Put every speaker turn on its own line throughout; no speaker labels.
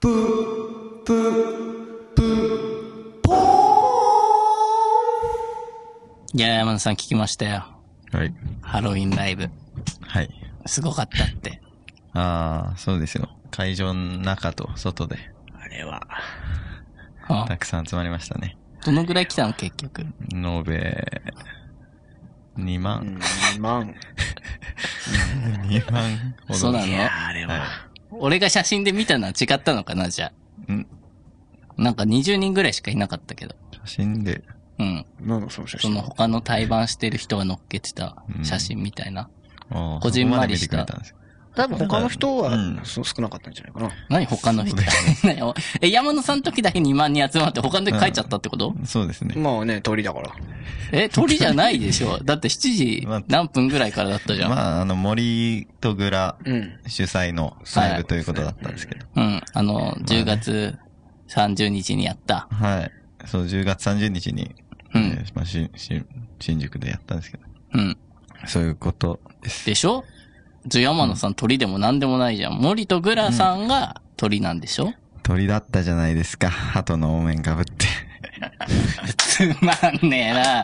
ぷ、ぷ、ぷ、ぽー
いや、山田さん聞きましたよ。
はい。
ハロウィンライブ。
はい。
すごかったって。
ああ、そうですよ。会場の中と外で、あれは、
あ
たくさん集まりましたね。
どのぐらい来たの結局。
延べ、2万、
ん、万。
2万ほど。
そうなの
はい
やあれは。
俺が写真で見たのは違ったのかなじゃ
い。ん
あ。なんか20人ぐらいしかいなかったけど。
写真で、
うん。
なんだその写
そ
真。
の他の対バンしてる人が乗っけてた写真みたいな。
ああ
こじんまりし
ここ
た
まで見てくれんですよ
多分他の人は、
うん
そう少なかったんじゃないかな。
何他の人何を え、山野さんの時だけ2万人集まって他の時帰っちゃったってこと、
そうですね。
まあね、通りだから。
え、鳥じゃないでしょだって7時
まあ
何分ぐらいからだったじゃん。
まあ、あの、森と蔵
うん。
主催の
は
ライ
い
ブということだったんですけど。
うん。あの、10月30日にやった。
はい。そう、10月30日に、
うん
えーまあ、しし新宿でやったんですけど。
うん。
そういうことです。
でしょじゃあ山野さん鳥でも何でもないじゃん。森とグラさんが鳥なんでしょ、
鳥だったじゃないですか。鳩のお面かぶって。
つまんねえな。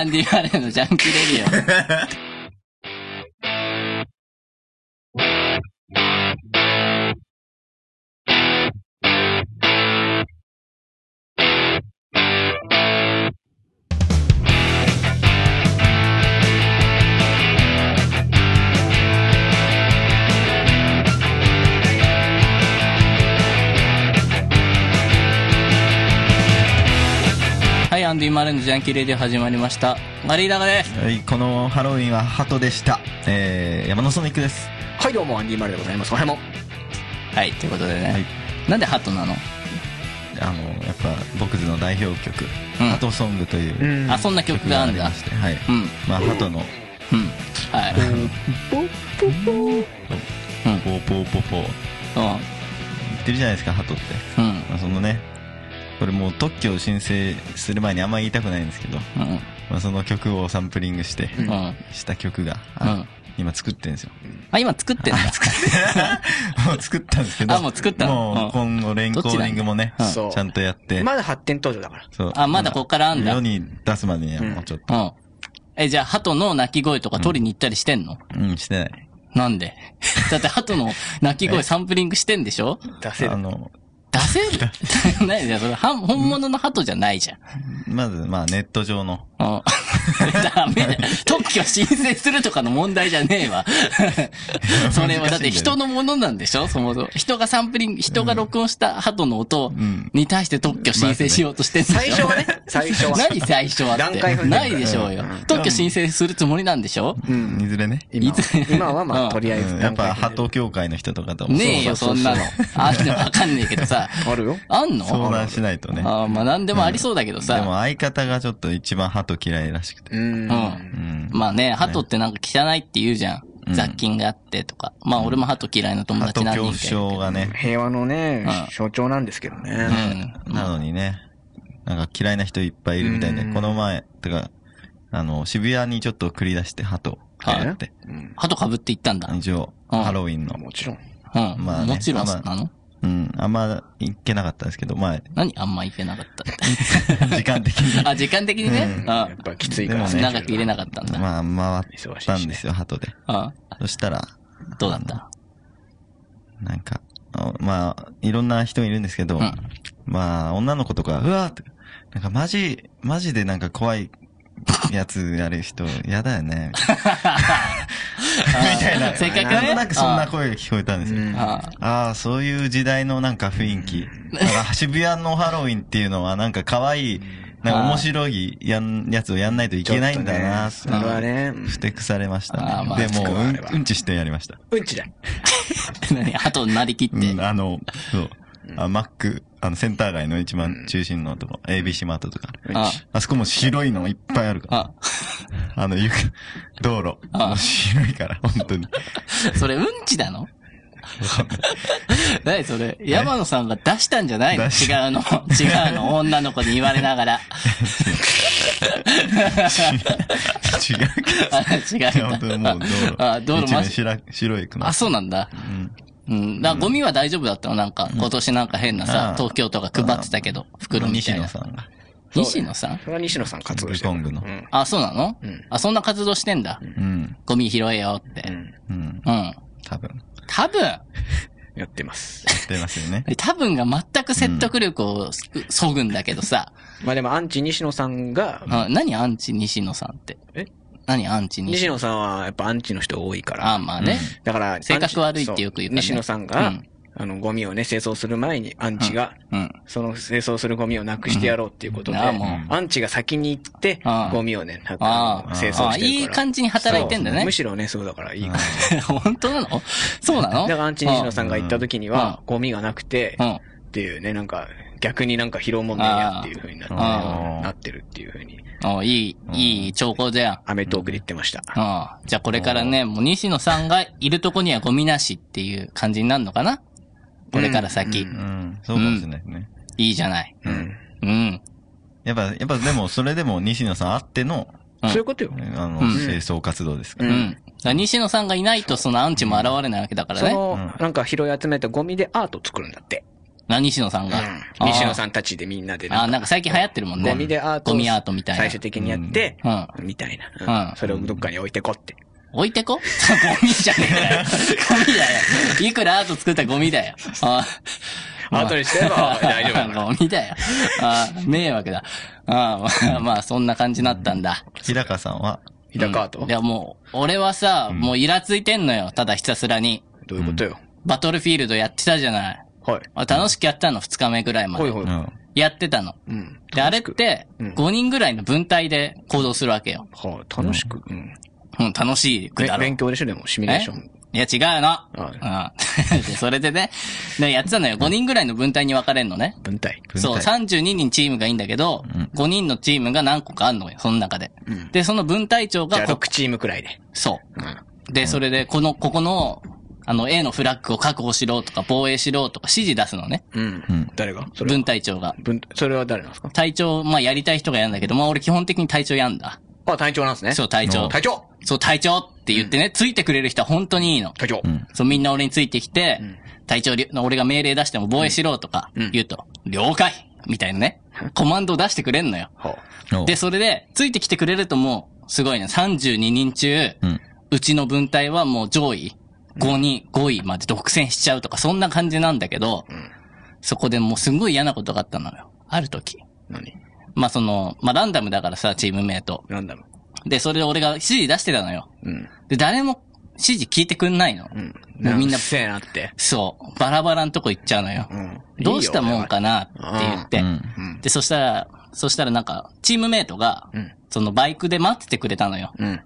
アンディ・マレーのジャンキーレディオ。 はい、アンディ・マレーのジャンキーレディオ始まりました。マリーダガです。
はい、このハロウィンは鳩でした。えー、山のソニックです。
はい、どうも、アンディ・マルでございます。おはようも。
はい、ということでね。
はい。
なんでハトなの
あの、やっぱ、僕の代表曲、
うん
鳩ソングという、
ん
あ、そんな曲
曲
が
が
あ
あ
るん
り
だ
ま。して、はい。
うん。うん。
まあ、鳩の、
はい。うん
ポーポーポーポー、言ってるじゃないですか、鳩って。
うん。
まあ、そのね、これもう特許を申請する前にあんまり言いたくないんですけど、
うん。うん。
まあ、その曲をサンプリングして、
うん
うん。
した曲が、
う
あ
ん。
今作ってるんですよ。
あ、今作ってんだ。
もう作ったんですけど。
あもう作ったの
もう今後レンコーディングもね、
どっ
ちなんだ
ちゃんとやって。
まだ発展途上だから。
そう
あ、まだこっからあんだ。
世
う
に出すまでにはもうちょっと。
ん。え、じゃあ、鳩の鳴き声とか取りに行ったりしてんの、
うん、してない。
なんで だって、鳩の鳴き声サンプリングしてんでしょ
出せ
あ
る。
の、
出せ るないじゃん、それ、は本物の鳩じゃないじゃん。
まず、まあネット上の。
うん。 ダメ だよ。特許申請するとかの問題じゃねえわ。 それはだって人のものなんでしょそもそも。人がサンプリング、人が録音した鳩の音
ん
に対して特許申請しようとしてんでしょ、
最初はね、最初 は。
何最初はって。
段階踏んでる
ないでしょうよ。
うん
特許申請するつもりなんでしょ
うん。
いずれね。
今は、今はま
うん
あ、とりあえず
うんやっぱ、鳩協会の人とかとも
ねえよ、
そ
そう
そうんそうそう
なの。あんのわかんねえけどさ。
あるよ。
あんの
相談しないとね。
ああ、まあなんでもありそうだけど
で
さ。
も相方がちょっと一番鳩嫌いらしくて。
うん。
うん
うん。
まあね、鳩ってなんか汚いって言うじゃ。
うんん
雑菌があってとか。まあ俺も鳩嫌いな友達
鳩
なん
恐
で
怖。症がね、
平和のね
うん、
象徴なんですけどね。
なのにね、なんか嫌いな人いっぱいいるみたいで、
うん
この前、てか、あの、渋谷にちょっと繰り出して鳩、
はい
やって、
うん。
鳩かぶって行ったんだ。
一応、
うん
ハロウィンの、
もちろん。
うん。
まあね
もちろん
まあ
そうなの
うん、あんま行けなかったんですけど、まあ、
何あんま行けなかったって。
時間 的に、
あ、時間的にね。
やっぱきついから
で
う
も
ん。
ね
長く入れなか
っ
ったんだ。
まあ、回ったんですよ、鳩で。
うん。
そしたら、
どうだった
なんか、あまあ、いろんな人いるんですけど、
うん
まあ、女の子とか、うわーって、なんかマジ、マジでなんか怖いやつや る人、嫌だよね。みたいな。
せっかくね
なんとなくそんな声が聞こえたんですよ。
うん
あ
ああ、そういう時代のなんか雰囲気。なんか渋谷のハロウィンっていうのはなんか可愛い、なんか面白いやんやつをやんないといけないんだな
ちょっとねそれはね、うん
ふてくされました
あー
ね。
まあ
でもう
あ
ん
れは、
うんちしてやりました。
うんちだ。
あ。 何鳩になりきって。
うん、あの、そう。あ、マック、あの、センター街の一番中心のとこ、ABC マートとか。
あ
あそこも白いのいっぱいあるから。
あ、
あの、ゆく、道路。
あ
もう白いから、本当に。
それうんちなの 何それ山野さんが出したんじゃないの違
出し
うの、違うの、女の子に言われながら。
違う
あ違
けど。いうや、
ん
本当
だ
にもう道路。
あ、道路
一
ま
面白白いくな
あ、。そうなんだ。うん。だからゴミは大丈夫だったのなんか、今年なんか変な
あ
さ
あ、
東京とか配ってたけど、袋みた
西
いな。
野さんが。
西野さん
それは西野さん活動して
ブコングの
うん。
あ、そうなの
うん
あ、そんな活動してんだ。
うん。
ゴミ拾えよっ
う
て。
ん。
うん。
うん。
多分。
多分
やってます。
出ますよね。
多分が全く説得力をすそぐんだけどさ。
まあでも、アンチ西野さんが、
うん何アンチ西野さんって。
え
何アンチ西
西
野
野さんはやっぱアンチの人多いから。
ああ、まあね。
だから、
性格悪いってよく言うからね
そう西野さん
う
が
ん、
あの、ゴミをね、清掃する前に、アンチが、
うん。
その清掃するゴミをなくしてやろうっていうことで、
うんああも
アンチが先に行って
ああ、
ゴミをね、なん
あ
か
あ、
清掃してるから
ああ、いい感じに働いてんだ
そ う
ね
む。しろね、そうだからいい感じ。
本当なのそうなの
だから、アンチ西野さんが行った時には、ゴミがなくて
う、ん。
っていうね、なんか、逆になんか拾うもんねえやっていう風になって、
ああ
なってるっていう風に、
うん。おいい、いい兆候じゃん。
アメトークで言ってました。
うん。じゃあこれからね、もう西野さんがいるとこにはゴミなしっていう感じになるのかなこれから先。
うん
うん。そうかもしれないですね。
いいじゃない。
うん。
うん。
やっぱ、やっぱでも、それでも西野さんあっての、
うん
そういうことよ。
あの、
うん
清掃活動ですか
う
ら。
ん。だから西野さんがいないとそのアンチも現れないわけだから
そ
ね。
の
うん、
なんか拾い集めたゴミでアート作るんだって。
な西野さんが。
うん西野さんたちでみんなで
あ
な
ー、
ん
な
か、
んか最近流行ってるもんね。
ゴミでアートを
ゴミアートみたいな。
最終的にやって、
うん。
みたい
うん
な。うんそれをどっかに置いてこって。
置いてこゴミじゃねえかよ。ゴミだよ。いくらアート作ったらゴミだよ。あ
アートにしてれ ば大丈夫だから。
ゴミだよ。あ迷惑だ。あまあ、まあ、そんな感じになったんだ。
日高さんは、
日高アート
いや、もう、俺はさ、もうイラついてんのよ。ただひたすらに。
どういうことよ。
バトルフィールドやってたじゃない。
はい。
あ楽しくやったの、二日目ぐらいま
ほい
で。
ほ
う
い。
ん。
やってたの。
うん。
で、あれって、
うん
5人ぐらいの分隊で行動するわけよ。
はあ、楽しく。うん。
うん、楽しいく
べ
だろ。
勉強でしょ、でも、シミュレーション。
いや、違うの。うん。 でそれでね、でやってたのよ。5人ぐらいの分隊に分かれんのね。
文体。
分隊
そう、32人チームがいいんだけど、5人のチームが何個かあんのよ、その中で。
うん
で、その分隊長
じゃ
が
あ、
こ、
6チームくらいで。
そ
うん。
う。で、それで、この、ここの、あの、A のフラッグを確保しろとか、防衛しろとか指示出すのね。
うん。誰がそれは
分隊長が。
分、それは誰なんですか
隊長、まあ、やりたい人がやるんだけど、まあ、俺基本的に隊長やんだ。
あ、隊長なんですね。
そう、隊長。
隊長
そう、隊長って言ってね、ついてくれる人は本当にいいの。
隊長
そう、みんな俺についてきて、隊長りょ、俺が命令出しても防衛しろとか言うと、了解みたいなね、コマンドを出してくれんのよ。
は
お
で、それで、ついてきてくれるともう、すごいね、32人中、
うん。
うちの分隊はもう上位、5人、5位まで独占しちゃうとか、そんな感じなんだけど、そこでもうすごい嫌なことがあったのよ。ある時。
あ。何
まあ、その、まあ、ランダムだからさ、チームメイト。
ランダム。
で、それで俺が指示出してたのよ。
うん。
で、誰も指示聞いてくんないの。
うん。
もうみんな
うっせえなって。
そう。バラバラのとこ行っちゃうのよ。
うん。
どうしたもんかなって
う
言って。
ん。
うん。
で、そしたら、そしたらなんか、チームメイトが、
うん。
そのバイクで待っててくれたのよ。
うん。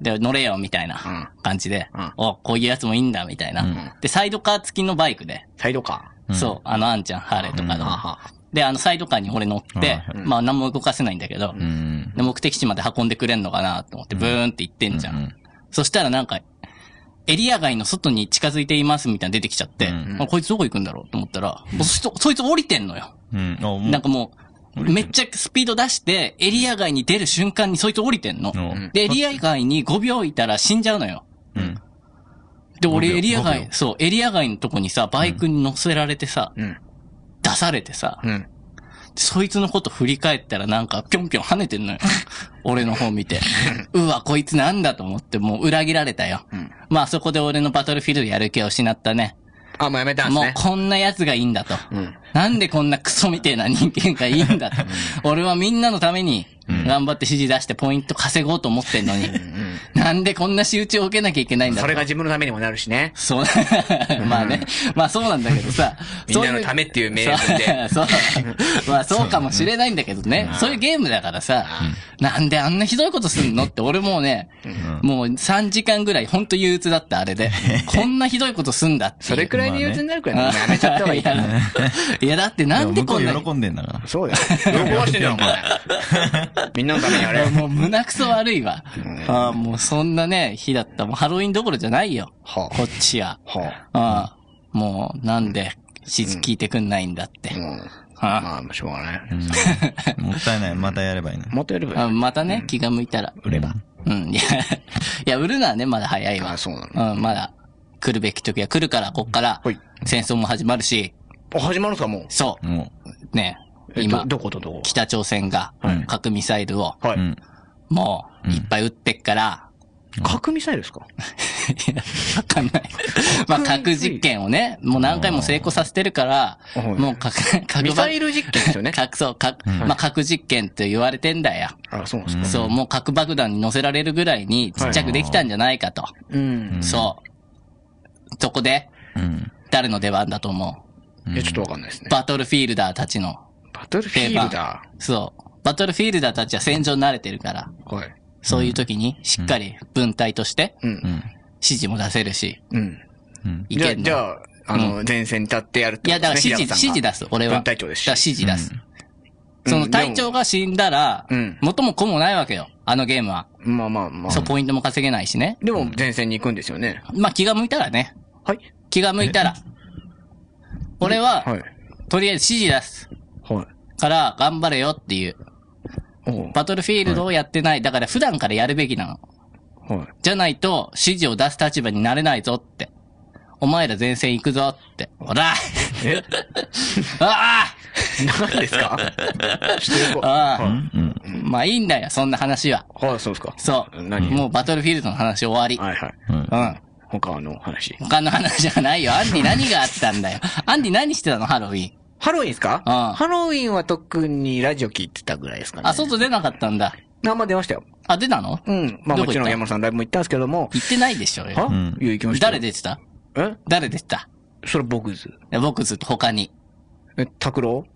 で、乗れよ、みたいな感じで
うん、
お、こういうやつもいいんだ、みたいな。で、サイドカー付きのバイクで、
サイドカ
そう、あの、あんちゃん、ハーレーとか
ー。
の。
は
で、あの、サイドカーに俺乗って、まあ、何も動かせないんだけど、
うん。
で、目的地まで運んでくれんのかなと思って、ブーンって行ってんじゃ
うんうんん。
そしたらなんか、エリア外の外に近づいていますみたいなの出てきちゃって、
うん
あこいつどこ行くんだろうと思ったら、もうそそいつ降りてんのよ。
うん。おもう
なんかもう、めっちゃスピード出して、エリア外に出る瞬間にそいつ降りてんの。
お
で、エリア外に5秒いたら死んじゃうのよ。
うん。
で、俺
5秒
エリア
5
外
秒、
そう、エリア外のとこにさ、バイクに乗せられてさ、
うん。
出されてさ、
うん。
そいつのこと振り返ったらなんかぴょんぴょん跳ねてん のよ。俺の方見 て。うわ、こいつなんだと思って、もう裏切られたよ。
うん
まあそこで俺のバトルフィールドやる気を失ったね。
あ、もうやめたんす
もう
ね。
こんな奴がいいんだと。
うん。
なんでこんなクソみてえな人間がいいんだと。俺はみんなのために頑張って指示出してポイント稼ごうと思ってんのに。なんでこんな仕打ちを受けなきゃいけないんだと。
それが自分のためにもなるしね。
そう、 まあね。まあそうなんだけどさ。
みんなのためっていう名分で。
そう。そうまあそうかもしれないんだけどね。そういうゲームだからさ、なんであんなひどいことすんのって俺もうね、もう3時間ぐらいほんと憂鬱だったあれ で。こんなひどいことすんだっていう。
それくらいで憂鬱になるくらいもうやめちゃった方がいい。
や いやだってなんでこん
いや
な
向こう喜んでんだから。
そうだよ。喜ばしてんだよ、お前。みんなのためにあれ。
もう胸くそ悪いわ。ああ、もうそんなね、日だった。もうハロウィンどころじゃないよ。
は
こっちは。
あ、は
ああもう、なんで、し聞いてくんないんだって
あ。。うん。
あ
まあ、しょうがない。
もったいない。またやればいいな。
もっとやればいい
あまたね、気が向いたら。
売れば。
うん、いや、いや、売るのはね、まだ早い
あ
わ
あ、。そうなの。
うん、まだ、来るべき時は来るから、こっから
はい、
戦争も始まるし、
あ、始まるか、もう。
そ
も
う、ね、
え
今
ど、どことどこ
北朝鮮が
はい、
核ミサイルを、
は
う。う
い。
ん。
もう、いっぱい撃ってっから、
核ミサイルですか
いやわかんない。まあ、核実験をね、もう何回も成功させてるから、
はい
もう核、核
ミサイル実験ですよね
核、そう、核、まあ、核実験って言われてんだよ。
あ、そうなんですか
そう、もう核爆弾に乗せられるぐらいにちっちゃくできたんじゃないかと。
うん。
そう。そこで、
うん。
誰の出番だと思
いや、ちょっとわかんないです
う
ね。
バトルフィールダーたちの。
バトルフィールダ
そう。バトルフィールダーたちは戦場に慣れてるから、
ー。はい。
そういう時にしっかり分隊として
うん。
指示も出せるし、
うん。
うん。
意
じゃあ、
見
じ
の。
ゃあ、あの、前線に立ってやるって
い
こ
や、
と
だから
で
指
すね。
示、指示出
す。
す、俺は。
分隊長ですし
だから指示出す。
うん
その隊長が死んだら
うん、
元も子もないわけよ。あのゲームは。
まあまあま
そう、
あ。
ポイントも稼げないしね。
でも、前線に行くんですよね。
まあ、気が向いたらね。
はい。
気が向いたら。俺は、
はい。
とりあえず指示出す。
はい。
から、頑張れよっていう。
おう
バトルフィールドをやってない。だから普段からやるべきなの。
はい。
じゃないと、指示を出す立場になれないぞって。お前ら前線行くぞって。ほら
え
あ
何です かちょっとよく
あああ
うん。
まあいいんだよ、そんな話は。
はい、そうですか。
そう。
何
もうバトルフィールドの話終わり。
はいはい。
うん。
うん。
他の話。
他の話じゃないよ。アンディ何があったんだよ。アンディ何してたのハロウィン。
ハロウィンですか
ああ
ハロウィンは特にラジオ聞いてたぐらいですかね。
あ、外出なかったんだ。
あんま出ましたよ。
あ、出たの
うん。まあ
どこ行
も
った
ちろん山田さんライブも行ったんですけども。
行ってないでしょう
は
よ。
ん
いや、行きましたよ
誰出てた
え
誰出てた
それ僕ず。
いや僕ずっと他に。
え、拓郎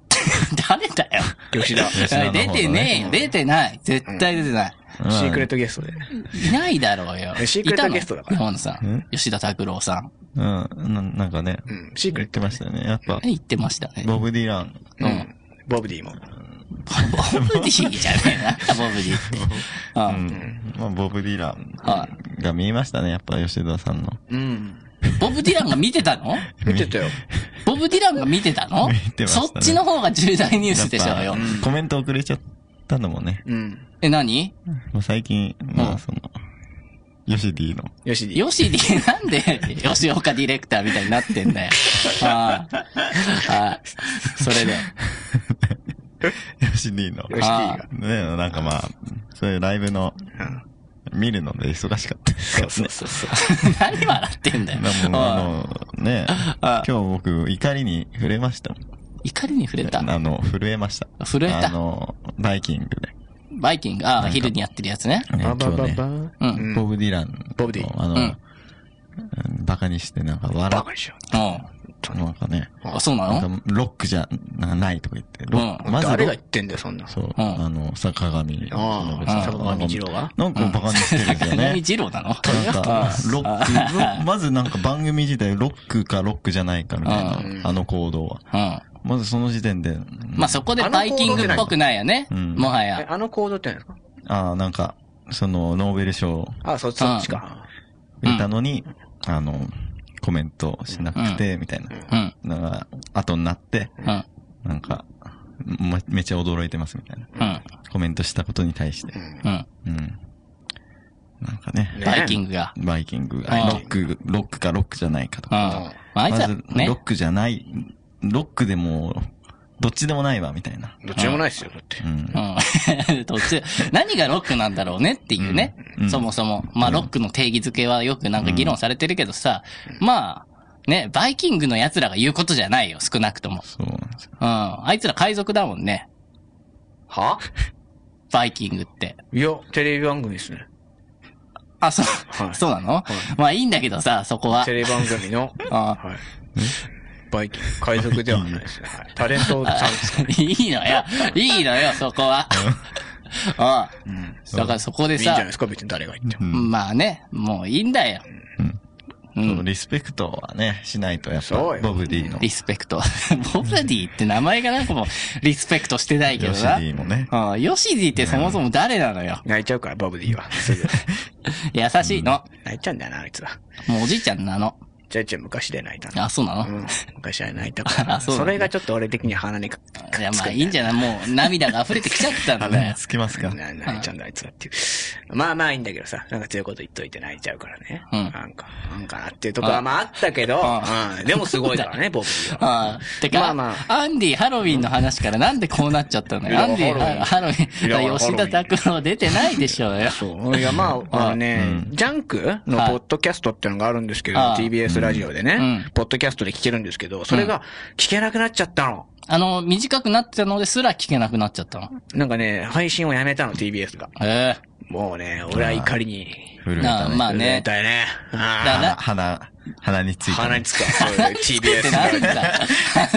誰だよ。
吉 田。シ
吉田の方
出
ね
てねえよ。出てない。絶対出てない。
ークレットゲストで。
いないだろうよ。
えシークレット
いたの
ゲストだから
山野さん
ん。
吉田拓郎さん。
うん。ななんかね。
うん。シーク
言
レ
っ
ッ
てましたよね。やっぱ、
言ってました ね。
ボブ・ディラン。
ト。うん。ボブディも。
ボブディじゃねえな。 ボブディって。あ
うん。まあ、ボブ・ディラ
は
ンが見えましたね。やっぱ、吉田さんの。
うん。
ボブディランが見てたの
見てたよ。
ボブディランが見てたの
見てました
そ
ね
っちの方が重大ニュースでしょう
や
よ
っ。ぱコメント遅れちゃったのもね。
うん。
え、何
もう最近、ま
うん
あ、その、ヨシディの。
よしで。
ヨシディ、なんで、吉岡ディレクターみたいになってんだよ。ああ。ああ。そ れで。
ヨシディの。
よしでが。
ねなんかまあ、そういうライブの、見るので忙しかったですからね。
そうそうそう。
何笑ってんだよ。
でも
ああ
あの、ね
あ
今日僕、怒りに触れましたもん。
怒りに触れた。
あの、震えました。
震えた
あの、バイキングで。
バイキング、ああ、昼にやってるやつね。
ね
バババ
今日
バ
ね
う。
うんん
ボブ・ディラン。
ボブディ
あの、
うん
うんバカにして、なんか笑
バカでしょ。
う
っなんかね、
ん。あ、そうなの
なんかロックじゃないとか言って、ロック
うん
まずロ
誰が
ッ
言ってんだよ、そんな。
そう、
うん
あの、坂上忍
あ
さ
あ、
ん
坂上二郎が
なんかバカにして るんですよ
何
ね。
二郎なの
なんか、ロッ ク、まずなんか番組自体ロックかロックじゃないかみたいな、あの行動は。
うん。
まずその時点で、
まあそこでバイキングっぽくないよね。
うん
もは
え
や。
あの行動って何ですか
ああ、なんか、その、ノーベル賞
あ、そそっちか。
出たのに、あの、コメントしなくて、みたいな。
うん。
なんか、後になって、
うん。
なんか、もめっちゃ驚いてますみたいな。
うん。
コメントしたことに対して。
うん。
うん。なんかね、
ね
バイキングが。
バイキングが、
ああ
ロック、ロックかロックじゃないか
う
と
ん。
か。
まああいつ
ま
は
ず、ロッ
ね。
クじゃない、ロックでも、どっちでもないわ、みたいな。
どっちでもないっすよ、だって
う。ん
う。ん。 どっち、何がロックなんだろうねっていうね
う。ん
そもそも。まあロックの定義づけはよくなんか議論されてるけどさ。まあ、ね、バイキングの奴らが言うことじゃないよ、少なくとも。
そうなんですよ。
うん。あいつら海賊だもんね。
は
バイキングって。
いや、テレビ番組ですね。
あ、そ
は
う、
い
そうなのまあいいんだけどさ、そこは
テ。レビ番組の、
あ
はい。バイキング、海賊ではないですね。はいタレントさんですか
いいのよ。いいのよ、そこは。うん。だからそこで
いいんじゃない
さ
で、すか別に誰が言っても。
まあね、もういいんだよ。
そのリスペクトはね、しないとやっ
そう
ぱ、
よ
ボブ D の。
リスペクト。ボブディって名前がなんかもう、リスペクトしてないけど
ヨシ
な。
D もね。
うん、ヨシディってそもそも誰なのよ。
泣いちゃうから、ボブディは。 すぐ。
優しいの。
泣いちゃうんだよな、あいつは。
もうおじいちゃんなの。
ちょいちょい昔で泣いたの。
あ、そうなの、
うん。昔は泣いたか
あ
ら。
そう
そ
なんだ
れがちょっと俺的には鼻にかかっつく
い
ん
や、まあ
だよ
いいんじゃないもう涙が溢れてきちゃったんだよ。
つきますか。
な泣いちゃうんだ、あいつはっていう。まあまあいいんだけどさ、なんか強いこと言っといて泣いちゃうからね。
うん
なんか、なんかなっていうとこはまああったけど、うん。でもすごいからね、ボブディは。
ああ、てか、
まあま
アンディ、ハロウィンの話からなんでこうなっちゃったのよ。
い
ア
や
ンディ、
ハロウィン
あハロウィ
い
ン、
や
吉田拓郎出てないでしょうよ。
そ う。いや、まあ、あのね、ジャンクのポッドキャストってのがあるんですけど、
はい
TBS ラジオでね、
うん
ポッドキャストで聞けるんですけど、それが聞けなくなっちゃったの。
あの、短くなってたのですら聞けなくなっちゃったの。
なんかね、配信をやめたの、TBS が。
え
もうね、俺は怒りに。
古
え
いたね。
まあ
震え
ね。
たいね。あ
だ
鼻、
な
鼻、鼻についてね。
鼻につくわ、 そういう TBS
ってなるんだ。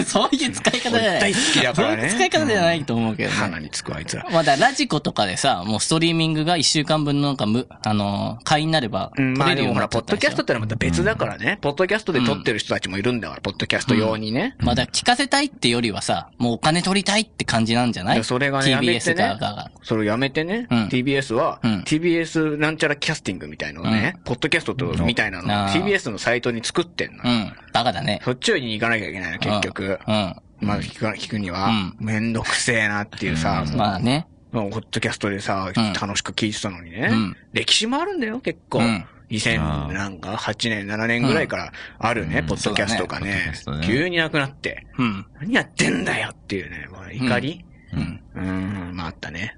そういう使い方じゃない。
俺大好きだからね
そういう使い方じゃないと思うけどね。
鼻につくわ、あいつら。
まあだからラジコとかでさ、もうストリーミングが一週間分のなんかむ、あのー、会員になれば、
う
取
ん、まあ
れ
で
るよう
も
になっ
ほら、
ちゃ
ポッ
った
ド
で
キ
しょ
ャストってのはまた別だからね。ポッドキャストで撮ってる人たちもいるんだから、ポッドキャスト用にね。
まあだから聞かせたいってよりはさ、もうお金取りたいって感じなんじゃない
いやそれがねやめ
TBS
てね
側が。
それをやめてね、
うん
TBS は、
うん
TBS なんちゃらキャスティングみたいのをね、ポッドキャストとみたいなのを
あー
TBS のサイトに作ってんの
う
よ。
ん。バカだね。
そっちに行かなきゃいけないの、結局。
うん。
まあ聞く聞くには、めんどくせえなっていうさ、もう
まあね。
もうポッドキャストでさ、
うん
楽しく聞いてたのにね、
うん
歴史もあるんだよ、結構。
うん
2000なんか8年、7年ぐらいからあるね、
うん
ポッドキャストがね
そうだね
急になくなって、
うん。
何やってんだよっていうね、もう怒り、
うん。
うん、ん、まああったね。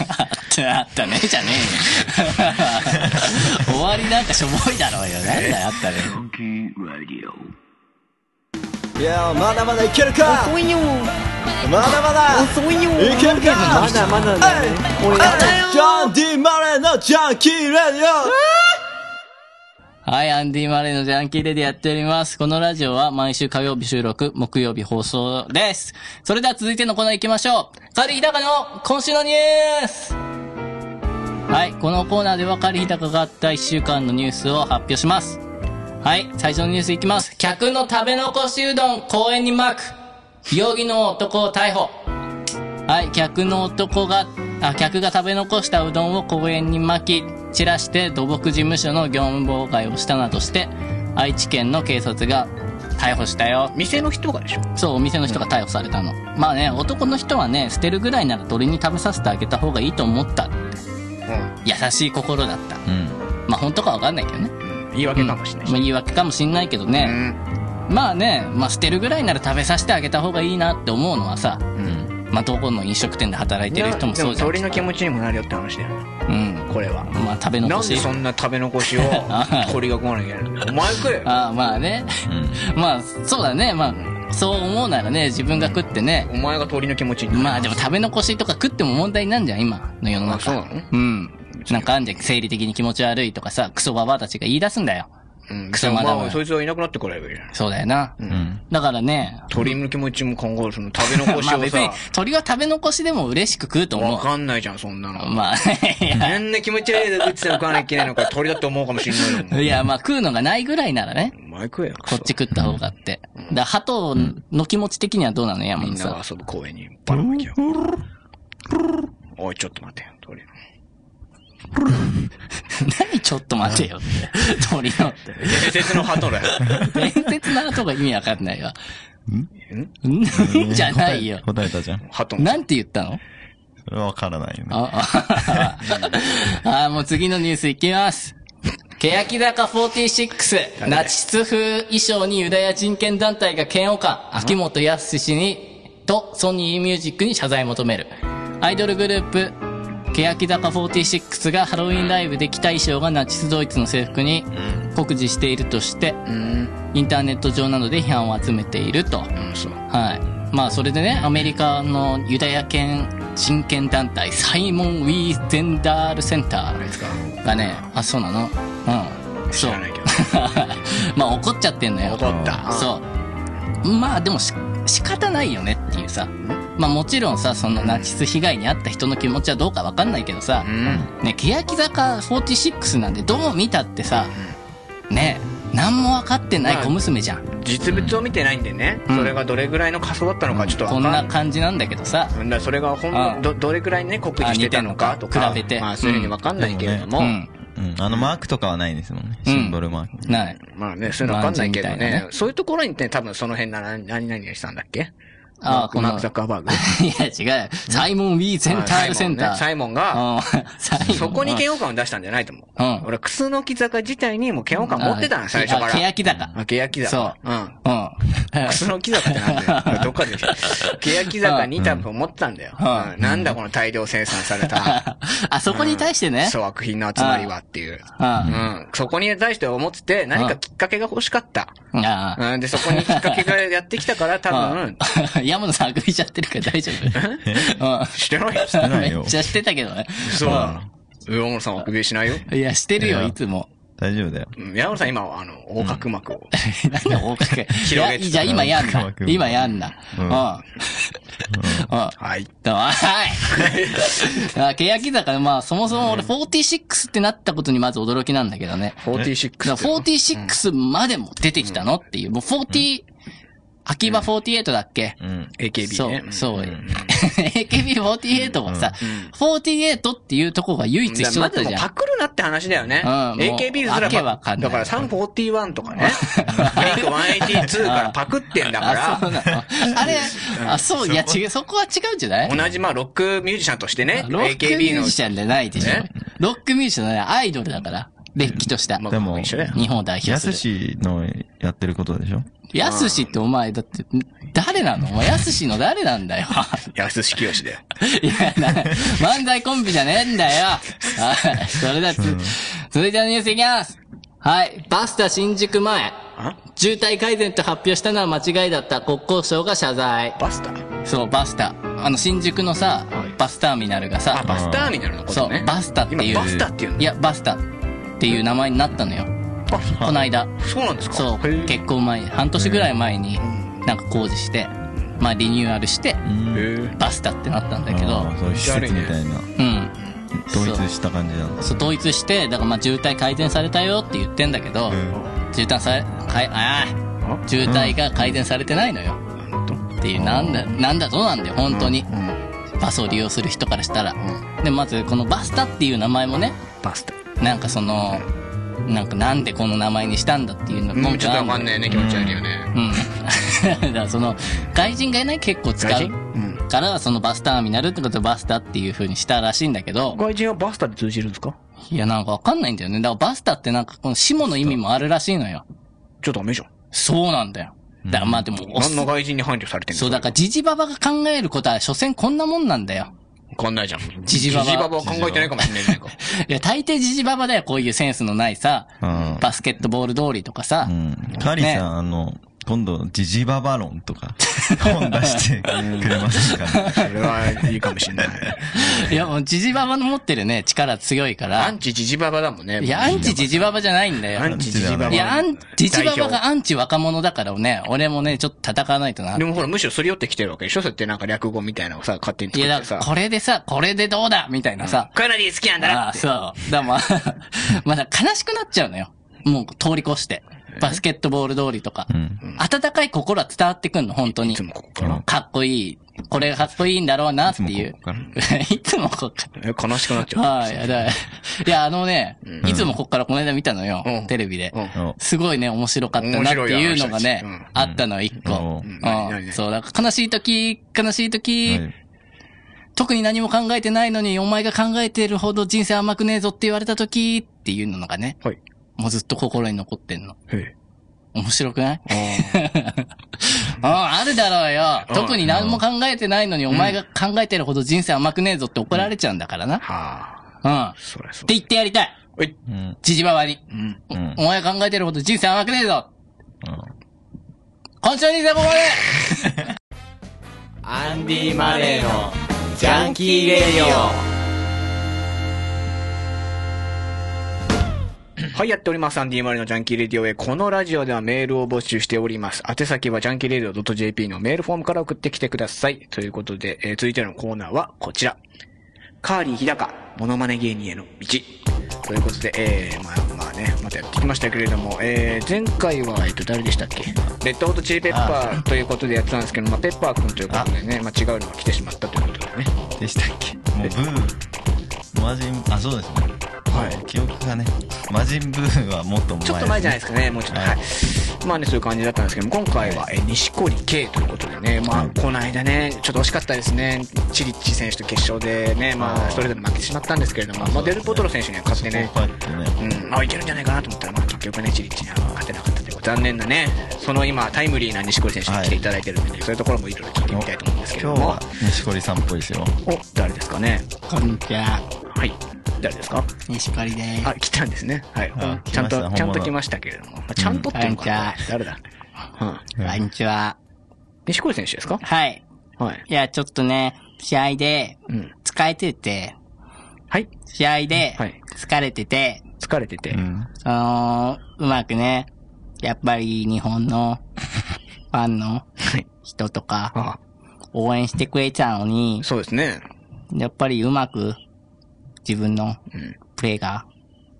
あった、あったね、じゃね えよ。終わりなんかしょぼいだろうよ。なんだよ、あったね。
いやまだまだいけるか遅いよまだまだ遅いよいけるかまだまだだねジャン・ディ・マレーのジャンキー・レディオ
はい、アンディ・マレーのジャンキーレディやっております。このラジオは毎週火曜日収録、木曜日放送です。それでは続いてのコーナー行きましょう。カリヒダカの今週のニュースはい、このコーナーではカリヒダカがあった1週間のニュースを発表します。はい、最初のニュースいきます。客の食べ残しうどん公園にまく。容疑の男を逮捕。はい、客の男が、あ、客が食べ残したうどんを公園に巻き、散らして土木事務所の業務妨害をしたなどして、愛知県の警察が逮捕したよ。
店の人がでしょ
そう、お店の人が逮捕されたの。まあね、男の人はね、捨てるぐらいなら鳥に食べさせてあげた方がいいと思った。優しい心だった。
うん。
まあ本当かわかんないけどね。
うん。言い訳かもしれないし
まあ言い訳かもしんないけど
う
ね。
ん。
まあね、まあ捨てるぐらいなら食べさせてあげた方がいいなって思うのはさ、
うん。
まあどこの飲食店で働いてる人もそうじゃん。
鳥の気持ちにもなるよって話だよ。
うん。
これは。
まあ食べ
な
残
ん
し
で。そんな食べ残 しを
あ
鳥が食わなきゃいけないのお前食えよ。
ああ、まあね。
うん。
まあ、そうだね。まあ、そう思うならね、自分が食ってね。
お前が鳥の気持ちになる。
まあでも食べ残しとか食っても問題になんじゃん、今の世の中。
あそうなの
ん。なんかあんじゃん、生理的に気持ち悪いとかさ、クソババアたちが言い出すんだよ。
うん、
クソマダム
まあそいつはいなくなってくればいいじゃん。
そうだよな。
うん。
だからね、
鳥の気持ちも考える、その食べ残し
まあ
を
別に
さ、
鳥は食べ残しでも嬉しく食うと思
わ
う。
かんないじゃん、そんなの。
まあ、 いや
あんな気持ち悪いで打ってたら食わなきゃいけないのか、鳥だって思うかもしれないの
いや、まあ食うのがないぐらいならね、
お前食えよ。
こっち食った方がって。だから鳩の気持ち的にはどうなの山
みん
本
な
さん
が。遊ぶ公園にバラまきよ。おい、ちょっと待てよ、鳥。
何ちょっと待てよって。 鳥のって。
伝説の鳩 だよ。
伝説の後が意味わかんないわ。んじゃない よ。
答え答えたじゃん。
鳩の。
なんて言ったの
それはわからないよね。
あ、ああー、もう次のニュースいきます。欅坂46、ナチス風衣装にユダヤ人権団体が嫌悪感、秋元康氏に、とソニーミュージックに謝罪求める。アイドルグループ、欅坂46がハロウィンライブで着た衣装がナチスドイツの制服に酷似しているとして、インターネット上などで批判を集めていると。
うん、そう。
はい。まあ、それでね、アメリカのユダヤ圏人権団体、サイモン・ウィーゼンダールセンタ
あいつか。
ーがね、あ、そうなのうん。
知
そう
ら。ないけど。
まあ、怒っちゃってんのよ。
怒った。
そう。まあ、でもし、仕方ないよねっていうさ。まあ、もちろんさ、そのナチス被害に遭った人の気持ちはどうかわかんないけどさ、
うん。
ね、欅坂46なんでどう見たってさ、ね、何も分かってない小娘じゃん、
実物を見てないんでね、
うん
それがどれぐらいの仮想だったのかちょっとわか
こん
ない
な感じなんだけどさ
うんだからそれがほん
うん
のどどれくらいね酷似してたの
あ
か
似て
と
んのか
か
比べて
まあそういうふうに分かんないけれども、
うん
うん。あの、マークとかはないですもんね。
うん
シンボルマーク。
ない
まあねそういうの分かんないけど
マンジみたい
ね
なね
そういうところにね多分その辺なら何々したんだっけ
ああ
マーク
この
マーク・ザッカーバー グ
いや違うサイモン・ウィー・センタールセンター、
あサイモンねサイモンが
うんサイモン
そこに嫌悪感を出したんじゃないと思
う
う、
ん
俺クスノキ坂自体にもう嫌悪感持ってたの最初から
あ欅坂
あ欅坂
そう
うん
うん
クスノキ坂ってなんだ よ。どっかで。欅坂に多分思ってたんだよ。
うん
うんなんだこの大量生産された。
あそこに対してね。
粗悪品の集まりはってい
う
う。
ん。
う
あ
ん。そこに対して思ってて、何かきっかけが欲しかった。
あ。
うん。で、そこにきっかけがやってきたから、多分、
うん山野さんあくびしちゃってるから大丈夫。
して ない
して
うん。
な
め
いよ
っ。ちゃしてたけどね。
そうなの。山本さんあくびしないよ。
いや、してるよ、
いや
いつも。
大丈夫だよ。
うん山本さん今は、あの、横隔膜を。
なんで大掛け。
広げ
いや
てた
じゃあ今やん
大
な
掛け。
今やんな。う。
うんん
うん。あ
はい。
はい。あ、欅坂ね、まあ、そもそも俺46ってなったことにまず驚きなんだけどね。
46
だから46までも出てきたのっていう。もう40、秋葉48だっけ
うん。
AKB ね。ん
そう、そう。AKB48 もさ、48っていうとこが唯一一緒だ
ま
っ
ず
た
も
じ
う
ゃん
パ。クるなって話だよね。
うんもう
AKB すら
わけ
パ
わかんない
だから341とかね。メイク182からパクってんだ
あ、そう
か
なの。あれ、あ、そう、いや違う、そこは違うんじゃない
ら、同じまあロックミュージシャンとしてね、
ロックミュ
AKB
ー
の
ジシャンじゃないでしょ
ね。
ロックミュージシャンじゃない、アイドルだから。れっきとした。
まあ
でも
一緒だよ。
日本を代表
や
す
す
る。
しのやってることでしょ
やすしってお前、だって、誰なのお前、やすしの誰なんだよ。
安志清だよ。
いや、な、漫才コンビじゃねえんだよ。はい。それだ、つ、続いてのニュースいきます。はい。バスタ新宿前。渋滞改善と発表したのは間違いだった。国交省が謝罪。
バスタ
そう、バスタ。あの、新宿のさ、バスターミナルが
あ、
さ、
バスターミナルのこ
そ
と
う
ね。、
バスタっていう。
今バスタっていうの
いや、バスタっていう名前になったのよ。
バス
この間。
そうなんですか
そう
へえ、
結婚前、半年ぐらい前に、なんか工事して、まあリニューアルして、
うん。
へえ
バスタってなったんだけど
あ、ーそういう施設みたいな。
うん。
統一した感じなんだ。
そう、統一して、だからまあ渋滞改善されたよって言ってんだけど、渋滞され、かい、ああ、渋滞が改善されてないのよ。っていう、なんだ、なんだ、そうなんだよ、本当に。バスを利用する人からしたら。で、まず、このバスタっていう名前もね、
バスタ。
なんかその、なんかなんでこの名前にしたんだっていうの
もうちょっとわかん
い。
ないね、気持ち悪いよね。
うん。 だからその、外人がいない結構使
外
う
人。うん。
から、そのバスターミナルってことでバスタっていう風にしたらしいんだけど、
外人はバスタで通じるんですか
いや、なんかわかんないんだよね。だからバスタってなんかこの下の意味もあるらしいのよ。
ちょっとダメじゃん。
そうなんだよ。だからまあでも、おっ
何の外人に配慮されてんの
そう、だからジジババが考えることは、所詮こんなもんなんだよ。
わかんないじゃん。
ジジババ
ジジババは考えてないかもしれないじ ゃないか。
いや、大抵ジジババだよ、こういうセンスのないさ、
うん
バスケットボール通りとかさ
う、ん。カリ
ね
さん、あの、今度、ジジババロンとか、本出してくれませんか
それはいいかもしれない。
いや、もうジジババの持ってるね、力強いか
ア
ら
ン、チジジババだもんね。
いや、アンチジジババじゃないんだよ
ア。ンチジジババ。
いや、アン、ジジババがアンチ若者だからね、俺もね、ちょっと戦わないとな
で。もほら、むしろすり寄ってきてるわけでしょそうやってなんか略語みたいなのをさ、勝手に
い
作
や、
っ
だ
て
から
さ。
これでさ、これでどうだみたいなさ。
こういうので好きなんだ
あ
な
あ、
って。
そう。だからまあ、まだ悲しくなっちゃうのよ。もう通り越して。バスケットボール通りとか。温かい心は伝わってくんの、本当に
いつ。もここから。
かっこいい。これがかっこいいんだろうなっていう。 いつもここから。
え悲しくなっちゃう。
はい、いやだからいや、あのね、いつもこっからこの間見たのよ、
うん
テレビで、
うん
ら。
すごいね、面白かったなっていうのがね、
面白い話だし
あったの、一個。
うん
う
うんん
何何
そう、だから悲しい時、悲しい時、
はい
特に何も考えてないのに、お前が考えてるほど人生甘くねえぞって言われた時っていうのがね、
はい。
もうずっと心に残ってんの。
へ
面白くない
えあ
うん、あるだろうよ。
うん
特に何も考えてないのに、お前が考えてるほど人生甘くねえぞって怒られちゃうんだからな
ー。はあ。
うん。っ
そりゃそう
て。言ってやりたい。
おい
うん。
じじばばに。
うん。
うん。うん
お前が考えてるほど人生甘くねえぞ。
うん
今週の人生ここまで
アンディ・マレーのジャンキー・レディオ
はい、やっております。アンディマリのジャンキーレディオへ。このラジオではメールを募集しております。宛先はジャンキーレディオ .jp のメールフォームから送ってきてください。ということで、えー続いてのコーナーはこちら。カーリー日高、モノマネ芸人への道。ということで、えー、まあまあね、またやってきましたけれども、えー、前回は、えっと、誰でしたっけレッドホットチリペッパーということでやってたんですけど、まあ、ペッパー君ということでね、まあ、違うのが来てしまったということでね。
でしたっけもうブー魔人あそうですねはい記憶がね魔人ブーはもっと前
ちょっと前じゃないですすかね、もうちょっと。
はい
はい。まあね、そういう感じだったんですけども、今回は、えー、錦織圭ということでね、まあ、この間ね、ちょっと惜しかったですね。チリッチ選手と決勝でね、まあ、
あー
それでも負けてしまったんですけれども、まあ、デルポトロ選手には勝ってね
こ、うやってね
うん、あ、いけるんじゃないかなと思ったら、まあ、結局ね、チリッチには勝てなかったということで残念なね、その今、タイムリーな錦織選手に来ていただいてるんで、そういうところもいろいろ聞いてみたいと思うんですけれ
今
ど
日
も
は、錦織さんっぽいですよ
お、誰ですかね
こんにちは。
はい。誰ですか
西堀です。
あ、来たんですね。はい
あ。
ちゃん
来ました本
と、
物
ちゃんと来ましたけれども、まあちゃんとっていうのかな
うん
誰だうん。
こんにちは。
西堀選手ですか
はい。
はい。
いや、ちょっとね、試合で、
うん。
疲れてて、
はい。
試合で
はい、
疲れてて、
疲れてて。
うん
その、うまくね、やっぱり日本の ファンの
はい。
人とか
あ
応援してくれちゃうのに
あ、そうですね。
やっぱりうまく自分の
うん
プレーが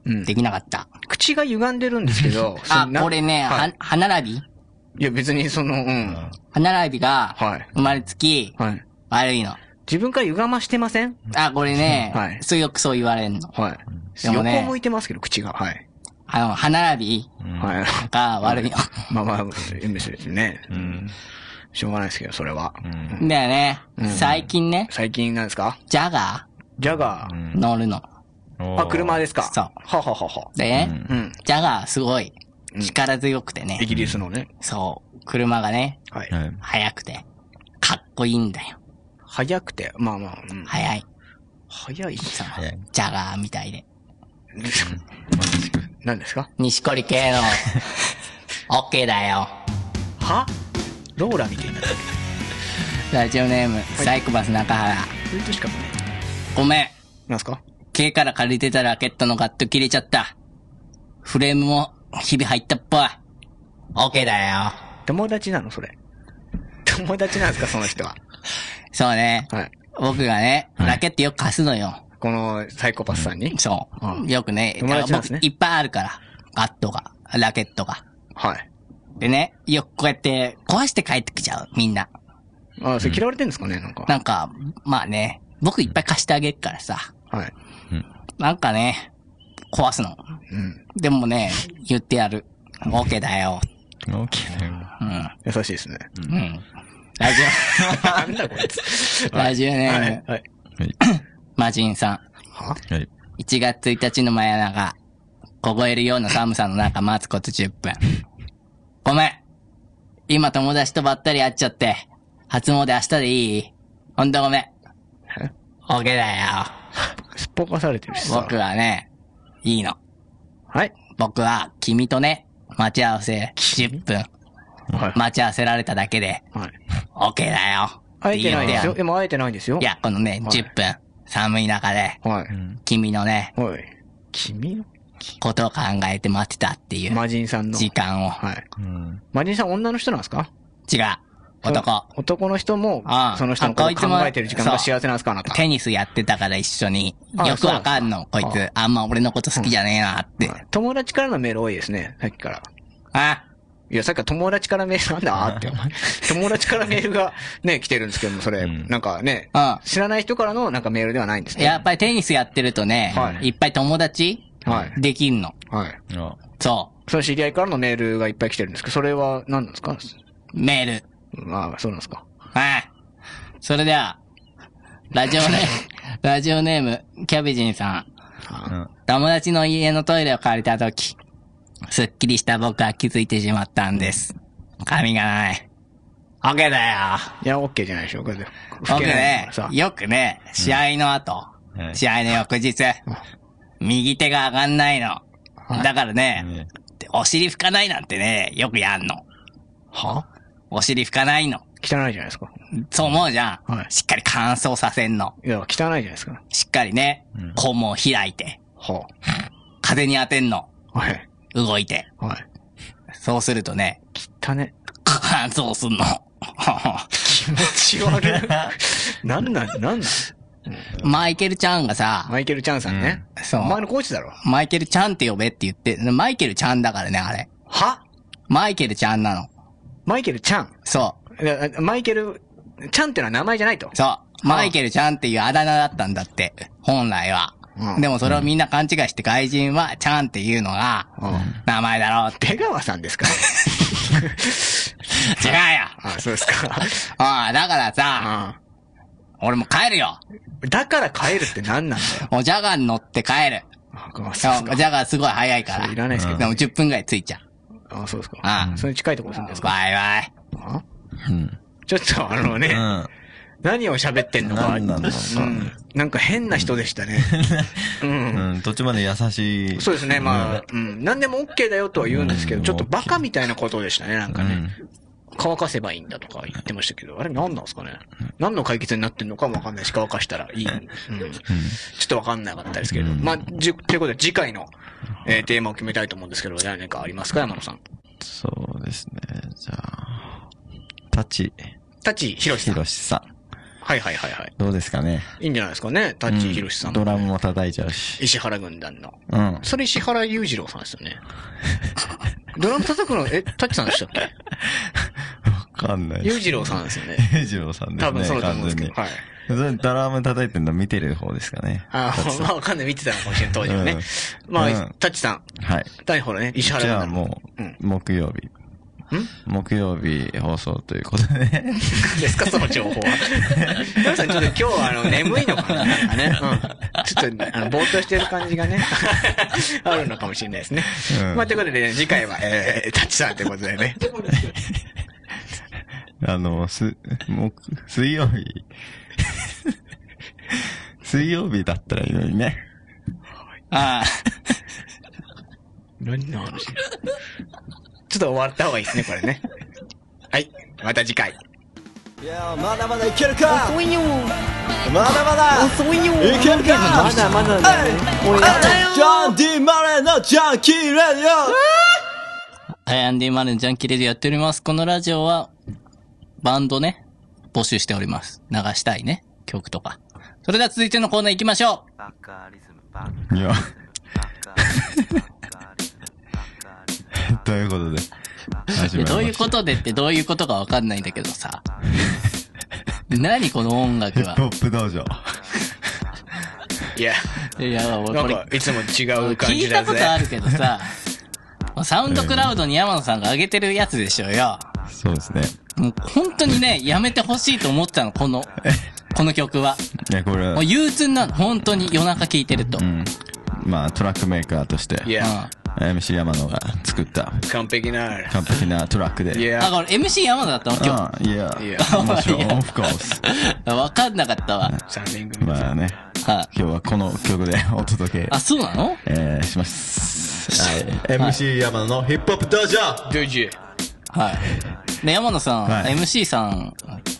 うん
で。きなかった。、
口が歪んでるんですけど
あ
そん、な
これね、
は、
はい歯並び
いや、別にその、うん。
歯並びが
はい
生まれつき
はい。
悪いの。
自分から歪ましてません
あ、これね、
はい
それよくそう言われるの。
はい。
でもね
横向いてますけど、口が。はい。
あの、歯並び
はい。
が悪いの。
まあまあ、別ですね。
うん
しょうがないですけど、それは。
うん
だよね、
うん
最近ね、
最近なんですか
ジャガ
ジャガ
う
ー。
ー
ん
乗るの。
あ、車ですか
そう
はははは。
で
う
ね、
ん
うん。
ジャガーすごい力強くてね
イ、ギリスのね。
そう、車がね、
はい。
はい
速くて、かっこいいんだよ。
早くて、まあまあ、うん。
速い。
早い。
そう
早い
ジャガーみたいで。
まさしく
何ですか
錦織系の、オッケーだよ。
はローラみたいな。そ
ラジオネーム、サイコパス中原。
れとしかもね。
ごめん。
なんすか
K から借りてたラケットのガット切れちゃった。フレームも、日々入ったっぽい。オッケーだよ。
友達なのそれ。友達なんですかその人は。
そうね。
はい。
僕がね、ラケットよく貸すのよ。
このサイコパスさんに。
そ
うん
う。よくね、
友達なんですね
僕いっぱいあるから。ガットが、ラケットが。
はい。
でね、よくこうやって壊して帰ってきちゃう、みんな。
あ、それ嫌われてんですかねなんか。
なんか、まあね、僕いっぱい貸してあげるからさ。
はい。
なんかね、壊すの。
うん。
でもね、言ってやる。オーケーだよ。
大きいね
うん。
優しいですね。
うん。ラジ
なんだこいつ
オ、ラジオネ
は
ー
い
ム。、
はい。
はい
マジンさん。
は
はい
1月1日の真夜中、凍えるような寒さの中待つこと10分。ごめん。今友達とばったり会っちゃって、初詣明日でいいほんとごめん。
え
オーケーだよ。
すっぽかされてるしさ。
僕はね、いいの。
はい。
僕は君とね、待ち合わせ10分。
はい。
待ち合わせられただけで、
はい。
オーケーだよ。
会えてないですよ。
って
でも会えてないです
言
よ。
うのい。や、このね、
はい
10分、寒い中で、
は
う
い。
ん
君のね、
はい。君の
ことを考えて待ってたっていう
魔人さんの。
時間を。
はい。
うん
魔人さん女の人なんですか
違う。男。。
男の人も
あ、あ
その人のことを考えてる時間
そ
が
う
幸せなんですかあなた。
テニスやってたから一緒に。
あ
よくわかんの、
そ
こ
う
い
なん
つ。あんま俺のこと好きじゃねえなって。
はい友達からのメール多いですね、さっきから。
あ
いや、さっきから友達からメールなんだあー って、お前友達からメールがね、来てるんですけども、それ、
うん
なんかね、
うん
知らない人からのなんかメールではないんですね。
やっぱりテニスやってるとね、
はい
いっぱい友達
はい
できんの。
はい。
あ
そ
その知り合いからのメールがいっぱい来てるんですけど、それは何なんですか
う。メール。
まあ、そうなんですか。
はい。それでは、ラジオネーム、ラジオネーム、キャベジンさん。
うん
友達の家のトイレを借りたとき、すっきりした僕は気づいてしまったんです。髪がない。オッケーだよ。
いや、OK じゃないでしょうか。で
僕ね
さ、
よくね、試合の後、
はい
試合の翌日、右手が上がんないの。だからね、
ね
お尻拭かないなんてね、よくやんの。
は
お尻拭かないの。
汚いじゃないですか。
そう思うじゃん。
はい
しっかり乾燥させんの。
いや、汚いじゃないですか。
しっかりね
うん、
肛門開いて、
は
風に当てんの。
あはい。
動いて。
はい。
そうするとね、
汚ね。
乾 燥すんの。
気持ち悪い。なんなん、なんなん
マイケルちゃんがさ、
マイケル・チャンさんね。
そう
お前のコーチだろ。
マイケルちゃんって呼べって言って、マイケルちゃんだからね、あれ。
は
マイケルちゃんなの。
マイケル・チャン。
そ
いやマイケル、チャンってのは名前じゃないと
う。。そう。マイケルちゃんっていうあだ名だったんだって。本来は。
うん
でもそれをみんな勘違いして外人はちゃんっていうのが
うん、
名前だろうって。
出川さんですか
違うよ
あ、そうですか。
ああ、だからさ、
あ
俺もう帰るよ
だから帰るって何なんだよ。
おジャガーに乗って帰る。
あ、そうです
ジャ
か。
ガーすごい早いか
それいら
ら。
ないですけど
で。も10分ぐらい着いちゃう。
あ、そうですか。
あ
それに近いところ住んでるんですか
バイバイ。
あ
うん。
ちょっとあのね、
うん。
何を喋ってんのか。
何なんだろうな
うんなんか変な人でしたね。うん。
うん、途中まで優しい。
そうですね、まあ、うん。何でも OK だよとは言うんですけど、
うん
ちょっとバカみたいなことでしたね、なんか
う
ね
ん。
乾かせばいいんだとか言ってましたけど、あれ何なんですかね。何の解決になってんのかもわかんないし、乾かしたらいい。うん。ちょっとわかんなかったですけど。まあ、じ、ということで次回の、えーテーマを決めたいと思うんですけど、じゃあ何かありますか、山野さん。
そうですね。じゃあ、タチ
タチヒロシさ
ヒ
ん。
ロシさん。
はいはいはいはい。
どうですかね。
いいんじゃないですかね、タチヒロシさん
ド
も。
ラムも叩いちゃうし。
石原軍団の。
うん。
それ石原裕次郎さんですよね。 ドラム叩くの、え、タッチさんでしたっ け
わかんない。
裕次郎さんですよね。
裕次郎さんですね。
多分そうだと思うんですけど。
完
はい。
全に。それドラム叩いてるの見てる方ですかね。
あー、まあわかんない。見てたのかもしれない、当時はね。
うん
ま
う
あ
ん、
タッチさん。
はい。
大ほらね、石原
じ
軍
ゃあ
団。
もう
うん、
木曜日。
ん
木曜日放送ということでね。
何ですか、その情 報は。皆さん、ちょっと今日は、あの、眠いのかななんか ね。うん。ちょっと、あの、ぼーっとしてる感じがね、 あるのかもしれないですね。
うん
まあ、ということでね、次回は、えー、タッチさんということでね。
あの、す、木、水曜日。 水曜日だったらいいのにね。
ああ、
何の話ちょっと終わった方がいいですね、これね。はい。また次回。
いやまだまだいけるか遅いよまだまだ遅いよいけるかまだまだだねジョン・ディ・マレーのジャンキー・レディオ
はい、アンディ・マルンジャンキレディやっております。このラジオは、バンドね、募集しております。流したいね、曲とか。それでは続いてのコーナー行きましょ
バカリズムバカ
いや、
リズムバカリズムバカリズム
ということで。始
う
まりました
どういうことでってどういうことかわかんないんだけどさ。 何この音楽
ヒップホ
は。
ップ道場。
いや、
いや、俺
な
こ
ん
れ
か、いつも違う感
聞
じ
いた
だ
こ
ぜ。
とあるけどさ、サウンドクラウドに山野さんが上げてるやつでしょうよ。
そうですね。
もう本当にね、やめてほしいと思ってたの、こ の、この曲は。
いや、これ
もう、憂鬱になる、本当に夜中聴いてると。
うん。まあ、トラックメーカーとして、
いや、
MC 山野が作った
完璧な。
完璧なトラックで。
い
あ、
や、
これ MC 山田だったの今
うん、いや、
いや
もちろ
いや
ん、オフコース。
日。わかんなかったわ。
3人組です。
まあね、
あ、
今日はこの曲でお届け
あ、、そうなの
えー、します。
MC 山のヒップホップ道場
ドジ
はい。で、山野さん、
はい
MC さん、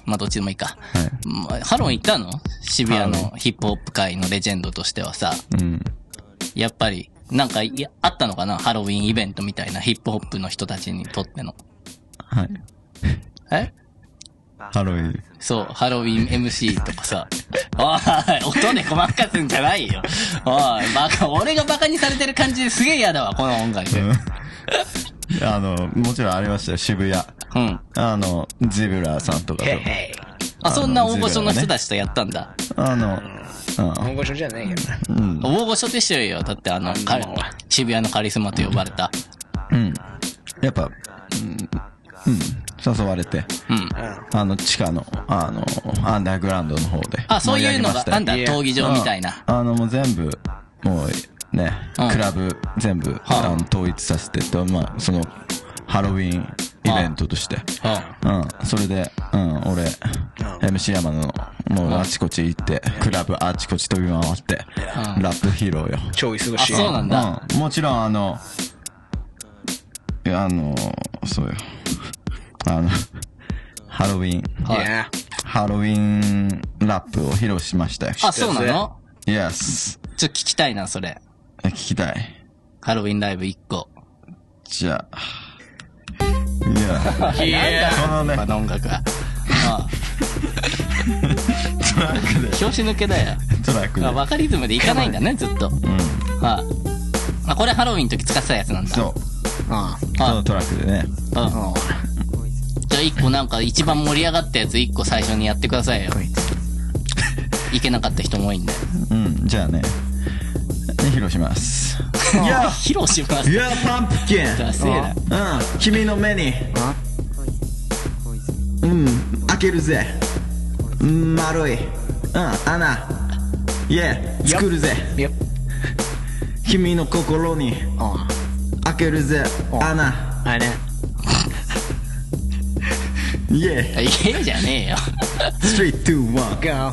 まあ、どっちでもいいか。
はい
まあハロン行ったの渋谷
ハロ
のヒップホップ界のレジェンドとしてはさ、
うん。
やっぱり、なんかい、あったのかなハロウィンイベントみたいなヒップホップの人たちにとっての。
はい。
え
ハロウィン。
そう、ハロウィン MC とかさ。おい、音でごまかすんじゃないよ。おい、バカ、俺がバカにされてる感じですげえ嫌だわ、この音楽。うん。
うん。あの、もちろんありましたよ、渋谷。あの、ゼブラさんとかと。
へい。
あ、そんな大御所の人たちとやったんだ。
あの、
本御所じゃないけどな。
うん、うん、
大御所でしょうよ。だってあの、か渋谷のカリスマと呼ばれた。
うん。やっぱ、うん、うん、誘われて、
うん。
あの、地下の、あの、アンダーグラウンドの方で。
あ、そういうのが、なんだ、
いや
闘技場みたいな。
あの、もう全部、もう、ね、
うん
クラブ全部、
はあ
あの、統一させてと、まあ、その、ハロウィンイベントとして。
う
うん、それで、うん、俺、MC 山野の、もうあちこち行って、クラブあちこち飛び回って、ラップ披露よ。
超忙しい。
あそうなんだ
うん、もちろんあの、いやあの、そうよ。あの、ハロウィン、
いや、
ハロウィンラップを披露しましたよ。
あ、そうなの
Yes。
ちょっと聞きたいな、それ。
聞きたい。
ハロウィンライブ1個。
じゃあ。いや、このね、
この音楽は。
ラックで。
拍子抜けだよ。
トラックで
あ。バカリズムでいかないんだね、ずっと。
うん。
はい。あ、これハロウィンの時使ってたやつなんだ。
そう。
あ
そ
は
の
い。
トラックでね。
うんじゃあ一個なんか一番盛り上がったやつ一個最初にやってくださいよ。いけなかった人も多いんで。
うん。じゃあね。披露します。いや
披露します。
いやパンプキン
ダセえ
うん君の目にうん開けるぜうん丸いうん穴いえ作るぜ
いや、
君の心に
あ
開けるぜ穴
あれね。
いえ
な。いえじゃねえよ。
321
Go.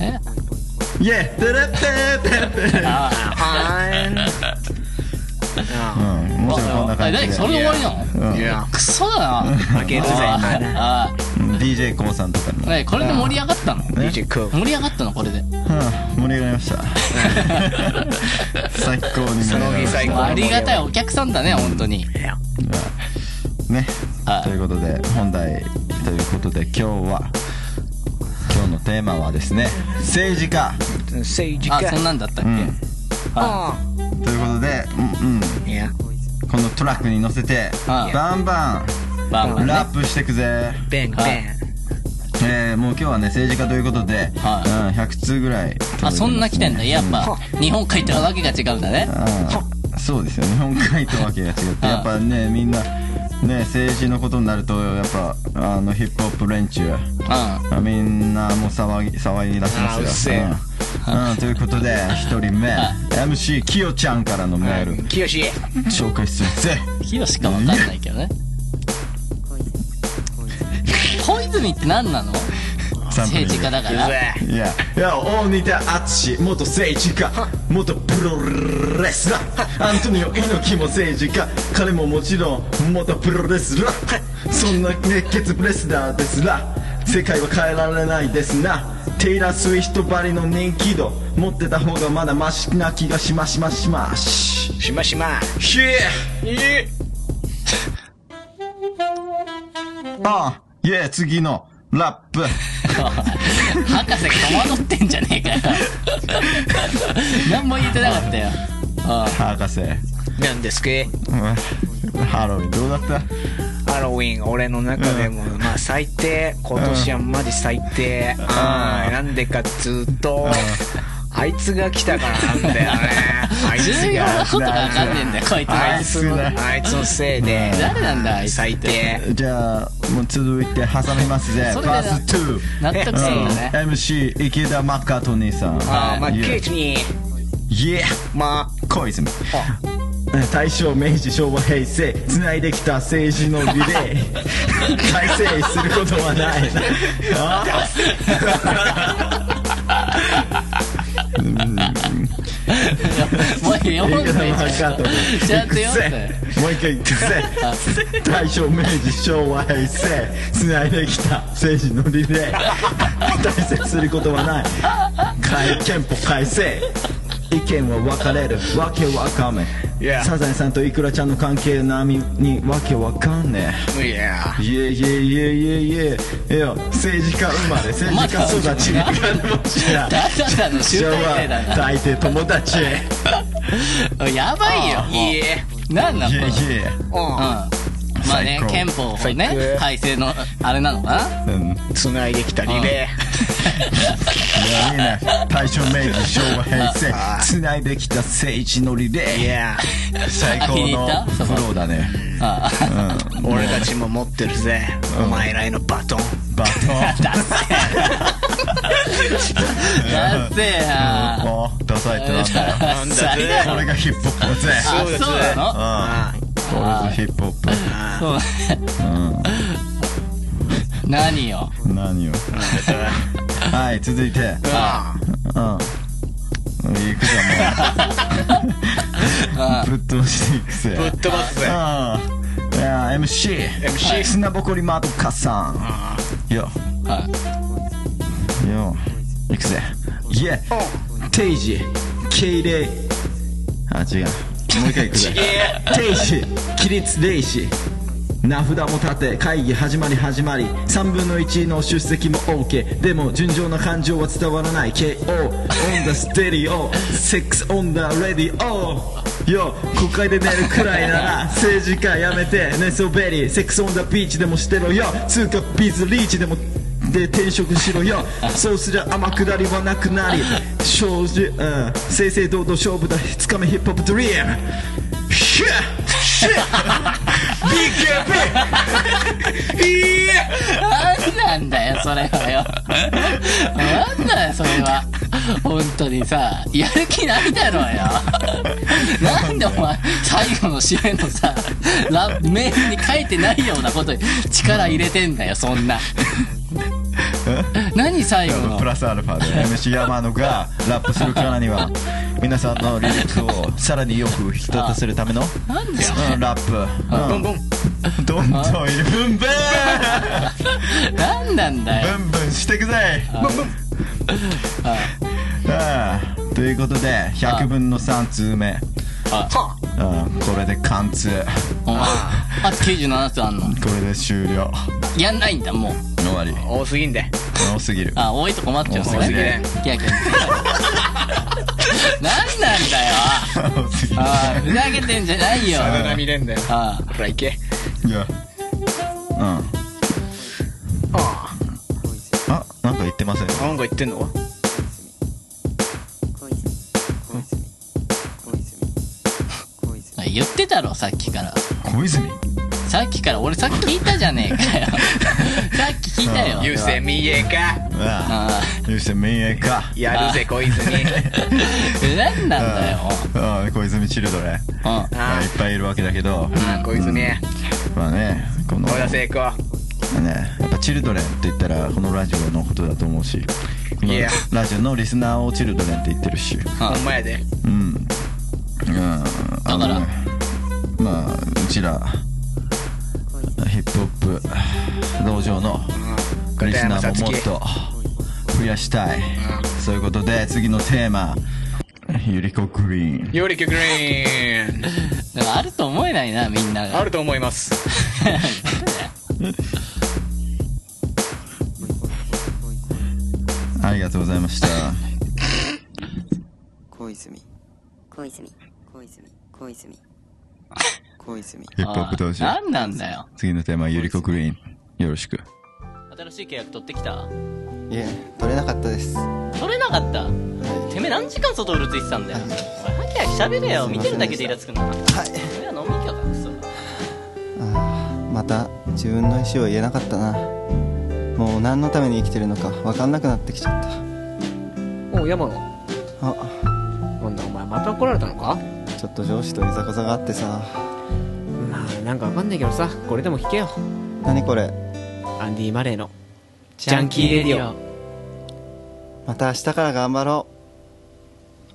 え
イエーテレッテーテレッテー うんもちろんこんな感じ
何
で
それで終わりなの
うん
Yeah.
クソだな。負
けるぜ
あ
うん DJ コウさんとかに
あ。
も
ねこれで盛り上がったの
DJ Cool.
盛り上がったのこれで。
うん盛り上がりました最高に盛り上がりました
最高
ありがたいお客さんだね、本当に。
ね、
はい
ということで本題ということで今日は今日のテーマはですね政治家
政治
あ、そ
家
ん。なんだったっ
う
け
ん
は
ということで、うんうん、
いや、
このトラックに乗せて
はい
バンバ
い。バンバ
ン
ンね。
ラップしてくぜ、
ベン、ベ
はい
ン。
えー、もう今日はね政治家ということで、
は
うん、100通ぐらい届いてますね
あ、そんな来てんだ。やっぱ、日本海ってわけが違うんだね。
うんそうですよ日本海とわけが違ってやっぱねみんなね政治のことになるとやっぱあのヒップホップ連中
うん。
あみんなもう騒ぎ騒ぎ出し
あーうっ
ま
せ
す
え
よ。うんうん、ということで1人目 MC きよちゃんからのメール
きよし。
紹介するぜ
ヒロしかわかんないけどね。小泉って何なの政治家だか
う
ら。
ぜ。
いや
いや大仁田淳元政治家元プロレスラーアントニオ猪木も政治家彼ももちろん元プロレスラーそんな熱血プレスラーですら世界は変えられないですなテイラー・スウィフトばりの人気度持ってた方がまだマシな気がしましましまし
しましま。
ヒエ
あいや次のラップ
博士が戸惑ってんじゃねえかよ。何も言えてなかったよ。
博士
なんですけ
うんハロウィンどうだった
ハロウィン、俺の中でも、まあ最低。今年はマジ最低。ああ、なんでかっつうと、あいつが来たからなんだ よね。あいつ
重要な
が
こ。とがわかんねえんだよ、こいつ
あ
は。
いつの、あいつのせいで、
誰なんだ、あいつ。
最低。
じゃあもう続いて挟みますぜ
それで
パース2
納得するんだね。
MC 池田マッカートニーさん
あーまあ、
イ
ケイ
エ
チに、
イエ
まあ、
小泉
大正明治昭和平成つないできた政治の リレー改正することはない
もう読んでん
映画の話
じゃ
か
ん
と思っ。
ちゃんと
て
読んで。
もう一回行くぜ大正明治昭和平成つないできた政治のリレー大切することはない改憲法改正意見は分かれるわけわかめ
Yeah
サザエさんとイクラちゃんの関係並みにわけわかんねえ
いや
いえいえいえいえいえいや政治家生まれ政治家育ち金持ちだ
ただの集
昭
大成だ
和大抵友達い
な。やばいよ、
ー、
も
いいえ。
う。なんなん、
イ
この。
エイエ
う
うんまあね
最、高
憲法をね
高、
改正の、あれなのかな
うん
ん。つないできたリレー。
いやいいね大正明治昭和平成つないできた政治のリレ
い
ー
や
最高のフローだね
ああ
ー、俺たちも持ってるぜ。お前らへのバトン。
バト
ダッセーダッセー
ン
な
もうダサいってなんだよ
なんだぜ
これがヒップホップだぜ
あ、そうなの
あ
これがヒップホッ
そう何よ。
プ何よはい続いて
あ
うん行くじゃんもうぶっ飛ばしていくぜ
ぶっ飛ばすぜ。
うんいや MC
MC
砂ぼこりマドカさんよ
は
よいくぜいえ定時敬礼あ違うもう一回いくぜ定時規律礼史
名札も立て会議始まり始まり3分の1の出席も OK でも純情な感情は伝わらない KO on the stereo sex on the radio よ国会で寝るくらいなら政治家やめて寝そべりセックスオンザビーチでもしてろよ通貨ビズリーチでもで転職しろよそうすりゃ天下りはなくなり正直、うん、正々堂々勝負だつかめヒップホップドリームシュッシュッ BKB いや
なんなんだよ、それはよ。なんだよ、それは。本当にさ、やる気ないだろうよ。なんでお前、最後の締めのさ、ラメールに書いてないようなことに力入れてんだよ、そんな。何最後の
プ。ラスアルファで MC 山野がラップするからには皆さんのリリックをさらによく引き立たせるための
なんだよ。
うんラップ
ボン
う
ボン。
んどんどんブンブン
なんなんだよ。
ブンブンしてくぜうんということで100分の3通目
は
うんこれで貫通
お前あと97つあんの。
これで終了
やんないんだ、もう。
終わり
あ、多すぎんで。
多すぎる
あ、多いと困っちゃう、そ
多
れ。
す
い
ぎる
や
ね
いや、 いやなんなんだよ。
多すぎる
ああ、ふざけてんじゃないよ。
あが見れんだよ。
ああ。
ほら、行け。
いやうんあ
あ
なんか言ってません
あ、なんか言ってんの
あ言ってたろ、さっきから。
小泉
さっきから、俺さっき聞いたじゃねえ かよ。さっき聞いたよ。
ゆうせみえか。
あ
あ
あ優先民営か
やるぜ、小泉。
あ。なんなんだよ。
うんうん小泉チルドレン
うん。
まあ
あ
いっぱいいるわけだけど
あ、小泉。
まあねこの
小田成
ね
功。
やっぱチルドレンって言ったらこのラジオのことだと思うしこの
Yeah
ラジオのリスナーをチルドレンって言ってるし
ほんまやで。
うんうんあの
だから
ねまあうちらヒップホップ道場のリスナーももっと増やしたいそういうことで次のテーマゆりこグリーン
よりきグリーン。
だからあると思えないな、みんなが。
あると思います。
ありがとうございました
小泉小泉小泉小泉小泉
ヒップホップ道場
なんなんだよ。
次のテーマはゆりこグリーンよろしく
新しい契約取ってきた
いえ取れなかったです
取れなかった。てめえ何時間外うろついてたんだよ。おいはきはき喋れよ。見てるだけでイラつくな。はい。俺は飲み行きゃ隠すぞ
あーまた自分の意思を言えなかったなもう何のために生きてるのか分かんなくなってきちゃっ
おう、山野。
たあ
なんだ、お前また怒られたのか
ちょっと上司といざこざがあってさ
まあなんかわかんないけどさこれでも弾けよ
何これ
アンディ・マレーのジャンキーレディオ
また明日から頑張ろ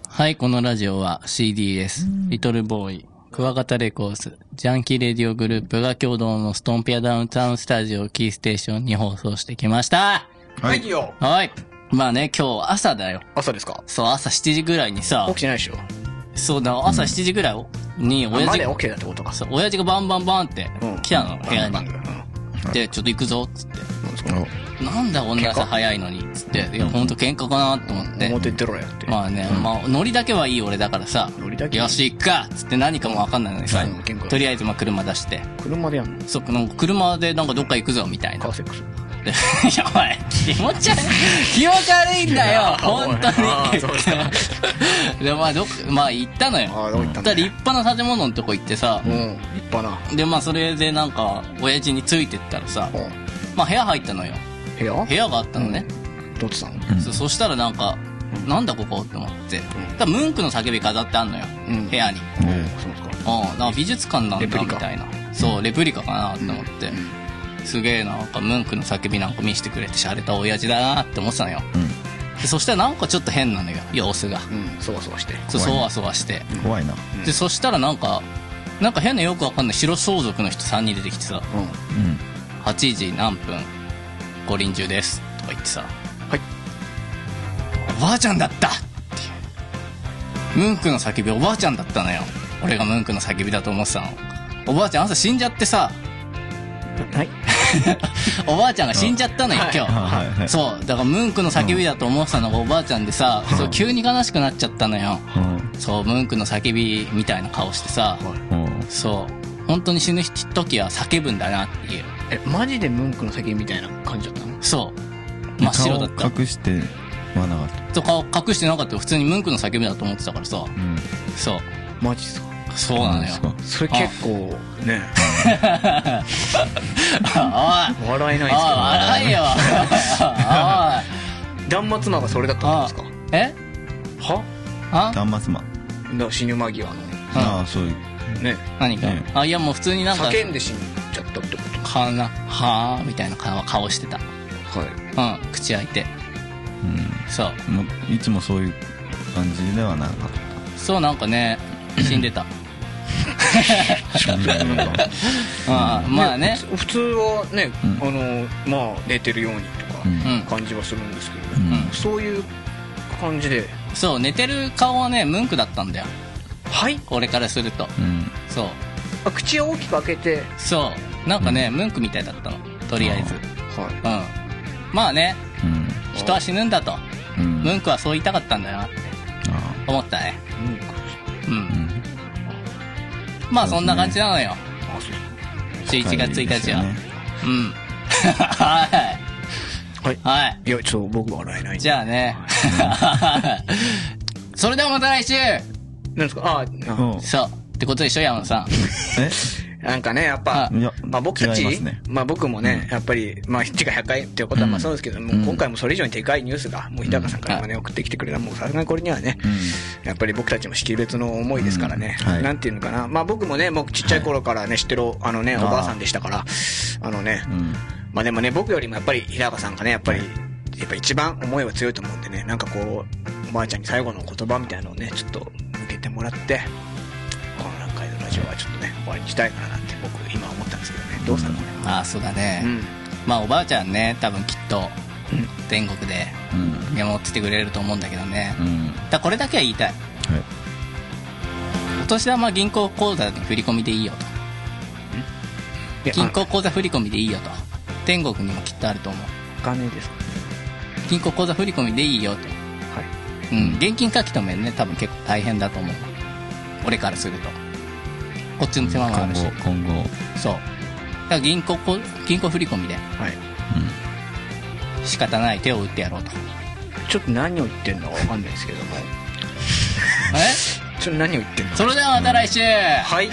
はい、このラジオは CDS、リトルボーイ、クワガタレコース、ジャンキーレディオグループが共同のストンピアダウンタウンスタジオキーステーションに放送してきました
はいよ。
はい。まあね、今日朝だよ。
朝ですか
そう、朝7時ぐらいにさ
起き、てないでしょ。
そうだ、朝7時ぐらいに
あ
親
ま
父
だ起
が、
きてたってことか。
そう、親父がバンバンバンって
うん
来たの、部屋
うん
に。で、ちょっと行くぞ、つって。
お
なんだ、こんな朝早いのに、つって。いや、ほんと喧嘩かなと思って。
表出ろよって。
まあね、まあ、ノリだけはいい俺だからさ、
ノリだけ
よし、行っかつって何かもわかんないのにさ
うん喧嘩、
とりあえずまあ車出して、
車でやんの
そっか、なんか車でなんかどっか行くぞ、みたいな
カー。セックス。
で いや、お前、気持ち悪い、気持ち悪いんだよ、本当
あーそうですか
に。 で、まあ、どっか、まあ、行ったのよ。
ああ、どこ行っ
行
たん
った
だ
ら立派な建物のとこ行ってさ
う、ん、立派な。
で、まあ、それでなんか、親父についてったらさ、
うん
まあ、部屋入ったのよ。
部屋
部屋があったのね。
どうってたの
そそしたらなんか、なんだここって思って。だからムンクの叫び飾ってあんのよ
うん、
部屋に。
そうですか。
うん、なんか美術館なんだ
レプリ
み
カ
たいな。そう、レプリカかなと思って。すげえなんか、ムンクの叫びなんか見せてくれて、洒落た親父だなって思ってたのよ。でそしたらなんかちょっと変なのよ、様子が。
うん、そわそわして。
そう、そわそわして。
怖いな
で、そしたらなんか、なんか変なよくわかんない白装束の人3人出てきてさ、
うん。
うん
8時何分、五輪中です、とか言ってさ、
はい。
おばあちゃんだったっていうムンクの叫びおばあちゃんだったのよ俺がムンクの叫びだと思ってたのおばあちゃん朝死んじゃってさ
はい。
おばあちゃんが死んじゃったのよ、今日。
はいはい
そう。だから、ムンクの叫びだと思ってたのがおばあちゃんでさ、そう、急に悲しくなっちゃったのよ。そう、ムンクの叫びみたいな顔してさ、
うんうん
そう。本当に死ぬ時は叫ぶんだなっていう。
え、マジでムンクの叫びみたいな感じだったの
そう。真っ白だった
顔。隠してはなかった
そう顔隠してなかったよ。普通にムンクの叫びだと思ってたからさ。
うん
そう。
マジですか
そうなのよ
そうなん。
それ結構、 ね、
あおい。
笑えない
おい、
で
笑いよ。
すけど、断末魔がそれだっ
おい。
たん
お
で
い
すか。
え
は
あ
端末マン
だから死ぬ間際のね
ああそういう
ね、
何か
ええ
あ、いやもう普通になんか。
叫んで死んじゃったってこと
かな、はぁみたいな顔顔してた。
か。はい。
うん、口開いて。そう。
もういつもそういう感じではなかっ
そうなんかね、死んでた。うん、
たうん
まあね。
普通はね、あのまあ寝てるように
う
と
ん
か感じはするんですけど、
ん
そういう感じで
そう、寝てる顔はね、ムンクだったんだよ。
はい
俺からすると。
うん
そう。
あ口を大きく開けて
そう。なんかね、ムンクみたいだったの。とりあえず。うん。
はい
まあね、
うん
人は死ぬんだと。
うん
ムンクはそう言いたかったんだよなって
あ
思ったね。
うん
うん。
ん
まあそんな感じなのよ。
あそう
11月1日は。
いいですよね
うん。 はい。
はい
はい。
いやちょっと僕は笑えない
じゃあね。 それではまた来週
なんですかああ
うん
そう。ってことでしょ、山野さん。
え
なんかねやっぱ
いや
まあ僕たち
違いますね
まあ僕もね、やっぱり、まあ、1が100回っていうことはまあそうですけど、もう今回もそれ以上にでかいニュースが、もう日高さんから今ね、送ってきてくれた、もうさすがにこれにはね、やっぱり僕たちも識別の思いですからね、
うんはい
なんていうのかな、まあ僕もね、もうちっちゃい頃からね、知ってる、あのね、おばあさんでしたから、あのね、まあでもね、僕よりもやっぱり日高さんがね、やっぱり、やっぱ一番思いは強いと思うんでね、なんかこう、おばあちゃんに最後の言葉みたいなのをね、ちょっと向けてもらって、この段階のラジオはちょっとね、終わりにしたいかななんて僕今思ったんですけどね、どうしたのこれ。
ああ、そうだね。
うん
まあおばあちゃんね、多分きっと、天国で見守っててくれると思うんだけどね。
うんうん
だからこれだけは言いたい。
はい
お年玉は銀行口座に振り込みでいいよと。
いや
銀行口座振り込みでいいよと。天国にもきっとあると思う。
お金ですか
銀行口座振り込みでいいよと。
はい
うん、現金書き留めね、多分結構大変だと思う。俺からすると。こっちの手間もあ
今
るし
後。今後
そう。だから銀行こ、銀行振り込みで
はい
仕方ない手を打ってやろうと。
ちょっと何を言ってんのかわかんないですけども
え
ちょっと何を言ってんの
それではまた来週
はい